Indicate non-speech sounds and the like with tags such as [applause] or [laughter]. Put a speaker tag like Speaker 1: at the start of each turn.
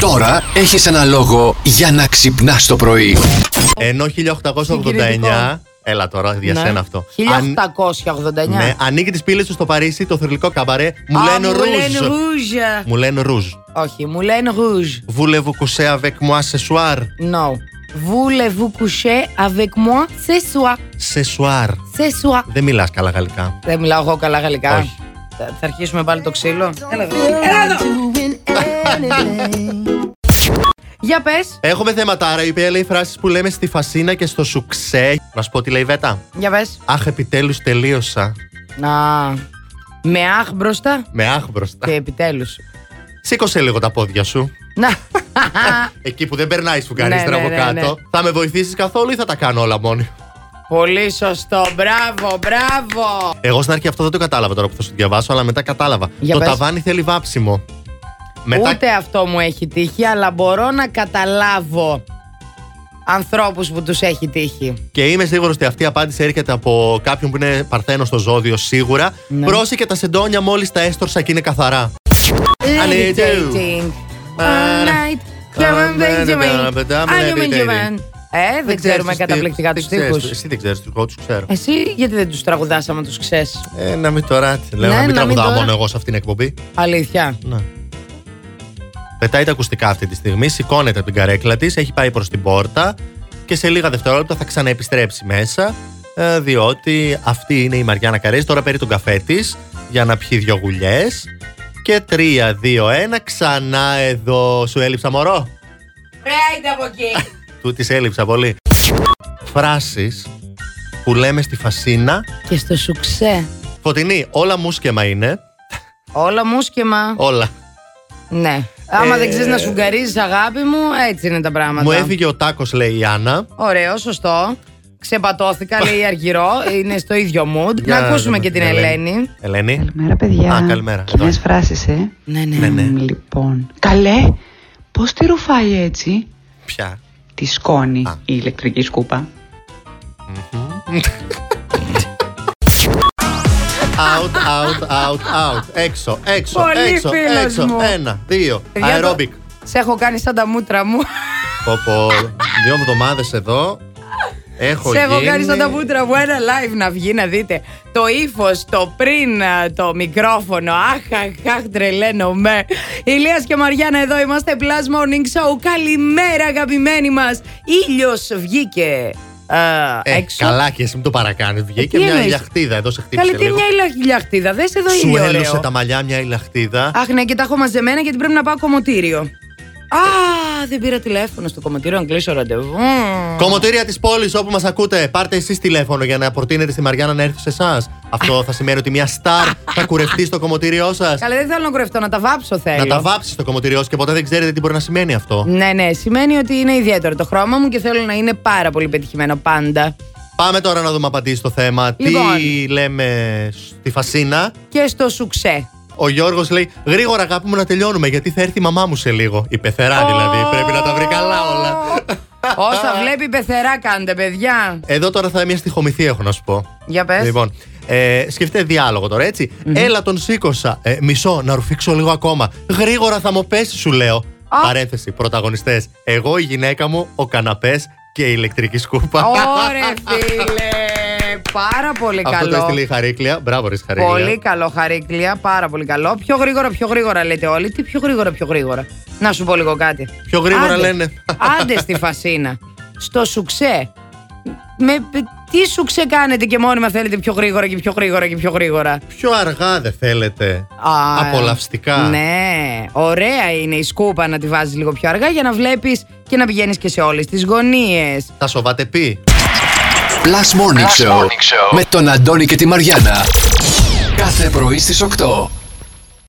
Speaker 1: Τώρα έχεις ένα λόγο για να ξυπνάς το πρωί.
Speaker 2: Ενώ 1889.
Speaker 3: Συγκινητικό.
Speaker 2: Έλα τώρα, για
Speaker 3: Ναι.
Speaker 2: σένα αυτό. Αν-
Speaker 3: 1889.
Speaker 2: Ναι, ανοίγει τις πύλες του στο Παρίσι το θρηλυκό καμπαρέ. Μου
Speaker 3: Α,
Speaker 2: λένε
Speaker 3: Μου λένε
Speaker 2: ρουζ.
Speaker 3: ρούζ.
Speaker 2: Μου λένε ρουζ.
Speaker 3: Όχι, μου λένε ρούζ.
Speaker 2: Voulez-vous coucher avec moi ce soir?
Speaker 3: No. Voulez-vous coucher avec moi ce soir?
Speaker 2: Ce soir.
Speaker 3: Ce soir.
Speaker 2: Δεν μιλάς καλά γαλλικά.
Speaker 3: Δεν μιλάω εγώ καλά γαλλικά.
Speaker 2: Όχι.
Speaker 3: Θα, θα αρχίσουμε πάλι το ξύλο. Έλα εδώ. Για πες.
Speaker 2: Έχουμε θέματα, άρα η οποία λέει φράσεις που λέμε στη φασίνα και στο σουξέ. Να σου πω τι λέει η Βέτα.
Speaker 3: Για πες.
Speaker 2: Αχ, επιτέλους τελείωσα.
Speaker 3: Να. Με αχ μπροστά
Speaker 2: Με αχ μπροστά.
Speaker 3: και επιτέλους.
Speaker 2: Σήκωσε λίγο τα πόδια σου. [laughs]
Speaker 3: Να.
Speaker 2: Εκεί που δεν περνάει σφουγγαρίστρα
Speaker 3: Ναι, ναι,
Speaker 2: από
Speaker 3: ναι,
Speaker 2: κάτω.
Speaker 3: ναι.
Speaker 2: Θα με βοηθήσεις καθόλου ή θα τα κάνω όλα μόνη.
Speaker 3: Πολύ σωστό. Μπράβο, μπράβο.
Speaker 2: Εγώ στην αρχή αυτό δεν το κατάλαβα τώρα που θα σου διαβάσω, αλλά μετά κατάλαβα.
Speaker 3: Για
Speaker 2: το
Speaker 3: πες.
Speaker 2: ταβάνι θέλει βάψιμο. Μετά
Speaker 3: Ούτε αυτό μου έχει τύχει, αλλά μπορώ να καταλάβω ανθρώπους που τους έχει τύχει.
Speaker 2: Και είμαι σίγουρος ότι αυτή η απάντηση έρχεται από κάποιον που είναι παρθένος στο ζώδιο σίγουρα.
Speaker 3: Ναι.
Speaker 2: Πρόσεχε τα σεντόνια μόλις τα έστορσα και είναι καθαρά.
Speaker 3: Lady
Speaker 2: need you.
Speaker 3: dating. All night. Come on, Benjamin. Are you Benjamin? Ε, δεν ξέρουμε
Speaker 2: τους
Speaker 3: καταπληκτικά
Speaker 2: τείχους.
Speaker 3: τους
Speaker 2: Δεν ξέρεις
Speaker 3: τείχους.
Speaker 2: τους- Εσύ δεν ξέρεις τους εγώ τους ξέρω.
Speaker 3: Εσύ γιατί δεν τους τραγουδάς άμα τους ξέρεις.
Speaker 2: Ε, να μην τώρα. τι Λέω
Speaker 3: Ναι,
Speaker 2: να μην
Speaker 3: να μην
Speaker 2: τραγουδάω
Speaker 3: τώρα.
Speaker 2: μόνο εγώ σε αυτήν την εκπομπή.
Speaker 3: Αλήθεια.
Speaker 2: Ναι. Πετάει τα ακουστικά αυτή τη στιγμή, σηκώνεται από την καρέκλα της, έχει πάει προς την πόρτα και σε λίγα δευτερόλεπτα θα ξαναεπιστρέψει μέσα. ε, Διότι αυτή είναι η Μαριάννα Καρέζη. Τώρα παίρνει τον καφέ της για να πιει δυο γουλιές. Και 3, 2, 1, ξανά εδώ. Σου έλειψα μωρό.
Speaker 3: Φράιντε από εκεί.
Speaker 2: Του της έλειψα πολύ. Φράσεις που λέμε στη φασίνα.
Speaker 3: Και στο σουξέ.
Speaker 2: Φωτεινή, όλα μουσκεμα είναι.
Speaker 3: Όλα μουσκεμα.
Speaker 2: Όλα.
Speaker 3: Ναι. Άμα
Speaker 2: Ε,
Speaker 3: δεν ξέρεις να σουγκαρίζει, αγάπη μου, έτσι είναι τα πράγματα.
Speaker 2: Μου έφυγε ο τάκος, λέει η Άννα.
Speaker 3: Ωραίο, σωστό. Ξεπατώθηκα, λέει αργυρό. Είναι στο ίδιο mood.
Speaker 2: Για
Speaker 3: Να ακούσουμε
Speaker 2: δούμε
Speaker 3: και την Ελένη.
Speaker 2: Ελένη.
Speaker 4: Καλημέρα, παιδιά.
Speaker 2: Α, καλημέρα.
Speaker 4: Κοινές
Speaker 2: Εδώ.
Speaker 4: φράσεις, ε.
Speaker 3: Ναι, ναι.
Speaker 2: Ναι, ναι.
Speaker 4: Μ, Λοιπόν. Καλέ, πώς τη ρουφάει έτσι.
Speaker 2: Ποια.
Speaker 4: Τη σκόνη
Speaker 2: Α.
Speaker 4: η ηλεκτρική σκούπα.
Speaker 2: Out, out, out, out. Έξω, έξω,
Speaker 3: Πολύ
Speaker 2: έξω,
Speaker 3: φίλος
Speaker 2: έξω.
Speaker 3: μου.
Speaker 2: Ένα, δύο.
Speaker 3: Παιδιά,
Speaker 2: Αερόμπικ.
Speaker 3: το- Σε έχω κάνει σαν τα μούτρα μου.
Speaker 2: Πω, πω. Δύο εβδομάδες εδώ. Έχω
Speaker 3: Σε έχω κάνει
Speaker 2: γίνει.
Speaker 3: σαν τα μούτρα μου. Ένα live να βγει, να δείτε. Το ύφος, το πριν, α, το μικρόφωνο. Αχ, αχ, αχ, τρελαίνομαι. Ηλίας και Μαριάννα, εδώ είμαστε. Plus Morning Show. Καλημέρα, αγαπημένοι μας. Ήλιος βγήκε. α,
Speaker 2: Ε,
Speaker 3: έξω. Ε,
Speaker 2: Καλά και εσύ μην το παρακάνεις. Βγήκε
Speaker 3: τι
Speaker 2: μια
Speaker 3: εννοείς?
Speaker 2: ηλιαχτίδα εδώ σε χτύπησε.
Speaker 3: Καλή, τι
Speaker 2: λίγο.
Speaker 3: μια ηλια- ηλιακτίδα. Δες εδώ
Speaker 2: Σου
Speaker 3: ήλιο.
Speaker 2: έλωσε
Speaker 3: ωραίο.
Speaker 2: τα μαλλιά μια ηλιαχτίδα.
Speaker 3: Αχ, ναι, και τα έχω μαζεμένα γιατί πρέπει να πάω κομμωτήριο. Α, δεν πήρα τηλέφωνο στο κομμωτήριο να κλείσω ραντεβού.
Speaker 2: Κομμωτήρια της πόλης όπου μας ακούτε, πάρτε εσείς τηλέφωνο για να προτείνετε στη Μαριάννα να έρθει σε εσάς. Αυτό θα σημαίνει ότι μια στάρ θα κουρευτεί στο κομμωτήριό σας.
Speaker 3: Καλά, δεν θέλω να κουρευτώ, να τα βάψω θέλω.
Speaker 2: Να τα βάψεις στο κομμωτήριό σου και ποτέ δεν ξέρετε τι μπορεί να σημαίνει αυτό.
Speaker 3: Ναι, ναι, σημαίνει ότι είναι ιδιαίτερο το χρώμα μου και θέλω να είναι πάρα πολύ πετυχημένο πάντα.
Speaker 2: Πάμε τώρα να δούμε απαντήσεις στο θέμα. Τι
Speaker 3: Λοιπόν.
Speaker 2: λέμε στη φασίνα.
Speaker 3: Και στο σουξέ.
Speaker 2: Ο Γιώργος λέει: Γρήγορα, αγάπη μου, να τελειώνουμε. Γιατί θα έρθει η μαμά μου σε λίγο. Η πεθερά δηλαδή. Πρέπει να τα βρει καλά
Speaker 3: [laughs]
Speaker 2: όλα.
Speaker 3: Όσα βλέπει η πεθερά κάντε, παιδιά.
Speaker 2: Εδώ τώρα θα μια στοιχομηθή έχω να σου πω.
Speaker 3: Για πες.
Speaker 2: Λοιπόν, ε, σκεφτείτε διάλογο τώρα, έτσι. Έλα, τον σήκωσα. Ε, μισό, να ρουφήξω λίγο ακόμα. Γρήγορα θα μου πέσει, σου λέω.
Speaker 3: Α.
Speaker 2: Παρένθεση, πρωταγωνιστές. Εγώ, η γυναίκα μου, ο καναπές και η ηλεκτρική σκούπα.
Speaker 3: Ωρε φίλε, πάρα πολύ
Speaker 2: [laughs] Αυτό το
Speaker 3: καλό.
Speaker 2: έστειλε η Χαρίκλια. Μπράβο, ρε Χαρίκλια.
Speaker 3: Πολύ καλό, χαρίκλια, πάρα πολύ καλό. Πιο γρήγορα, πιο γρήγορα λέτε όλοι. Τι πιο γρήγορα, πιο γρήγορα. Να σου πω λίγο κάτι.
Speaker 2: Πιο γρήγορα
Speaker 3: Άντε.
Speaker 2: λένε.
Speaker 3: Άντε στη φασίνα. Στο σουξέ. Με, τι σουξέ κάνετε και μόνιμα θέλετε πιο γρήγορα και πιο γρήγορα και πιο γρήγορα.
Speaker 2: Πιο αργά δεν θέλετε.
Speaker 3: Α, ε,
Speaker 2: Απολαυστικά.
Speaker 3: Ναι, ωραία είναι η σκούπα να τη βάζεις λίγο πιο αργά για να βλέπεις και να πηγαίνεις και σε όλες τις γωνίες.
Speaker 2: Θα σοβάτε πει.
Speaker 1: Plus Morning, Show, με τον Αντώνη και τη Μαριάνα. Κάθε πρωί στις 8.